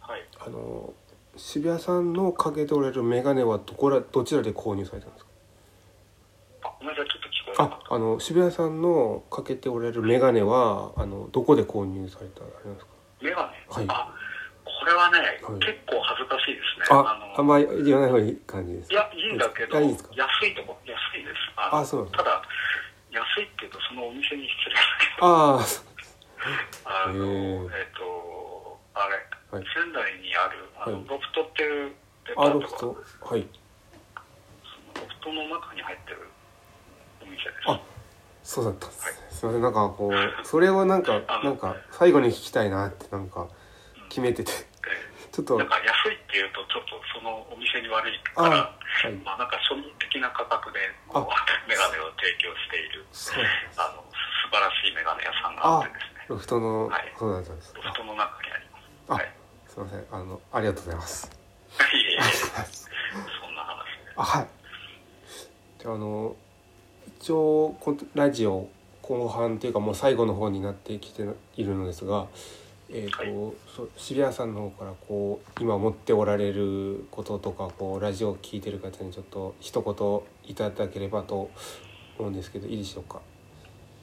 E: はい
D: あの渋谷さんのかけておられる眼鏡はどこらどちらで購入されたんですか
E: あごめんなさいちょっと聞こえなか
D: あ
E: った
D: あの渋谷さんのかけておられる眼鏡はあのどこで購入されたあれなんですか
E: 眼鏡、
D: はい
E: あこれはね、
D: はい
E: 結構恥ずかしいですね
D: あ、あん
E: の
D: まり言わない方がいい感じです
E: い
D: か。
E: やいいんだけど
D: あいいですか。
E: 安いとこ安いですあの
D: あそうなんです
E: ただ安いっていうとそのお店に失礼だけど
D: あ
E: あの、
D: へー
E: えっ、と、あれ、
D: はい
E: 仙台にある、あ
D: は
E: の
D: い
E: ロフトっていうデ
D: あ、
E: パ
D: ア
E: ート
D: ロ
E: が、
D: フ
E: その
D: ト、はい。
E: ロフトの中に入ってるお店です。
D: あ、そうだったんですね。すみません、なんかこう、それをなんか、なんか最後に聞きたいなって、なんか決めてて、
E: で
D: ちょっと、
E: なん
D: あ
E: か安いっていうと、ちょっとそのお店に悪いか
D: あ、
E: ら、
D: はい、
E: まあなんか庶民的な価格で、こう
D: あ
E: メガネを提供している、
D: そうなんです。
E: あの、素晴らしいメガネ屋さんがあっ
D: あ
E: てですね、、
D: ロフトの、
E: はい
D: そうだったんです
E: ロ。フトの中にあります。
D: あ、(laughs)
E: は
D: あ
E: い。
D: すみません、あの、ありがとうございます。
E: いえいえ、そんな話です。
D: あはいじゃああの一応こラジオ後半というかもう最後の方になってきているのですが、えーと
E: は
D: そう渋谷さんの方からこう今持っておられることとかこうラジオを聞いてる方にちょっと一言いただければと思うんですけどいいでしょうか。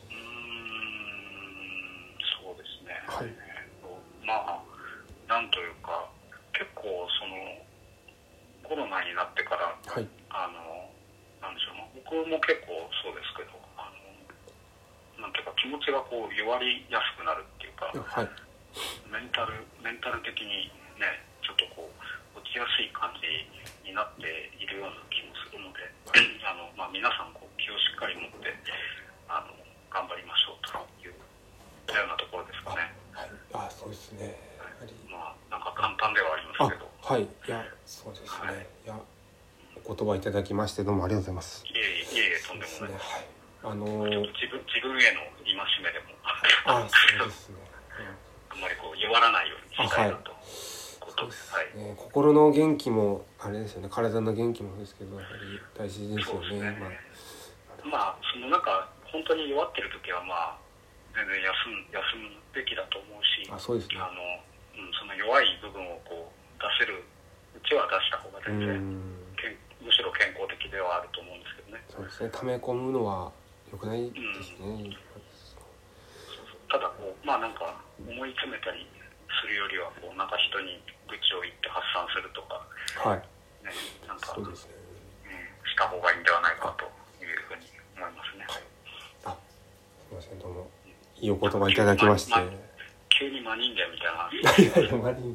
E: うーんそうですね、
D: はい
E: えっとまあなんというか結構そのコロナになってから
D: はい、
E: あのなんでしょう、まあ、僕も結構そうですけどあのなんていうか気持ちがこう弱りやすくなるっていうか
D: はい、
E: メンタルメンタル的にねちょっとこう落ちやすい感じになっているような気もするので、あのまあ、皆さんこう気をしっかり持ってあの頑張りましょうというようなところですかね。
D: はい、あそうですね。やはり
E: まあなんか簡単ではあり
D: あ
E: ますけど、
D: はいいやそうですね。いやお言葉いただきましてどうもありがとうございます。
E: いえいえいえいえとんで
D: です
E: も
D: ね
E: ない。
D: はいあのー
E: 自分自分への戒めでも
D: あ、
E: あ (laughs)
D: そうですね。
E: んまりこう弱らないようにしたいなと。こ
D: そう
E: とで
D: ですす
E: はい。
D: ね。心の元気もあれですよね。体の元気もそうですけど、やはり大事です
E: そう
D: よ
E: です
D: ね。
E: ね
D: まあ、
E: まあそのなんか本当に弱ってる時はまあ全然休む休むべきだと思うし
D: あそうですね
E: あの、うん、その弱い部分をこう出せるうちは出した方が
D: う
E: 全然、
D: ん、
E: けんむしろ健康的ではあると思うんですけどね
D: そうですね。溜め込むのは良くないですね。
E: ただこうまあなんか思い詰めたりするよりはこうなんか人に愚痴を言って発散するとか、
D: はい、
E: ね、なんか、
D: そう
E: うん、
D: です
E: し
D: ね。
E: た方がいいんではないかというふうに思いますね
D: あ、すみませんどうもいいお言葉いただきまして。
E: まあまあ急に真人間みたいな
D: (laughs)
E: 話
D: いやいやマリン。い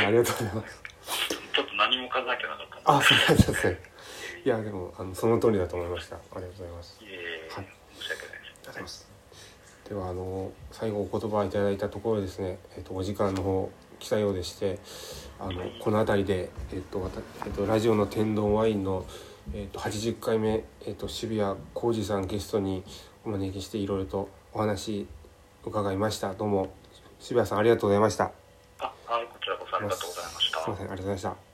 D: やありがとうございます。
E: ちょっと何も考えてなかった
D: あ、そうなんですね。いやでもあのその通りだと思いました。ありがとうございます。
E: いえい
D: はい
E: え申し訳ないで
D: あ
E: す。
D: りがとうございますではあの最後お言葉いただいたところですね、えっとお時間の方来たようでしてあのこの辺りで、えっとわたえっとラジオの天丼ワインの、えっと80回目、えっと渋谷浩二さんゲストにお招きしていろいろとお話伺いましたどうも渋谷さんありがとうございました
E: あ、はい、こちらこそありがとうございました。
D: すいませんありがとうございました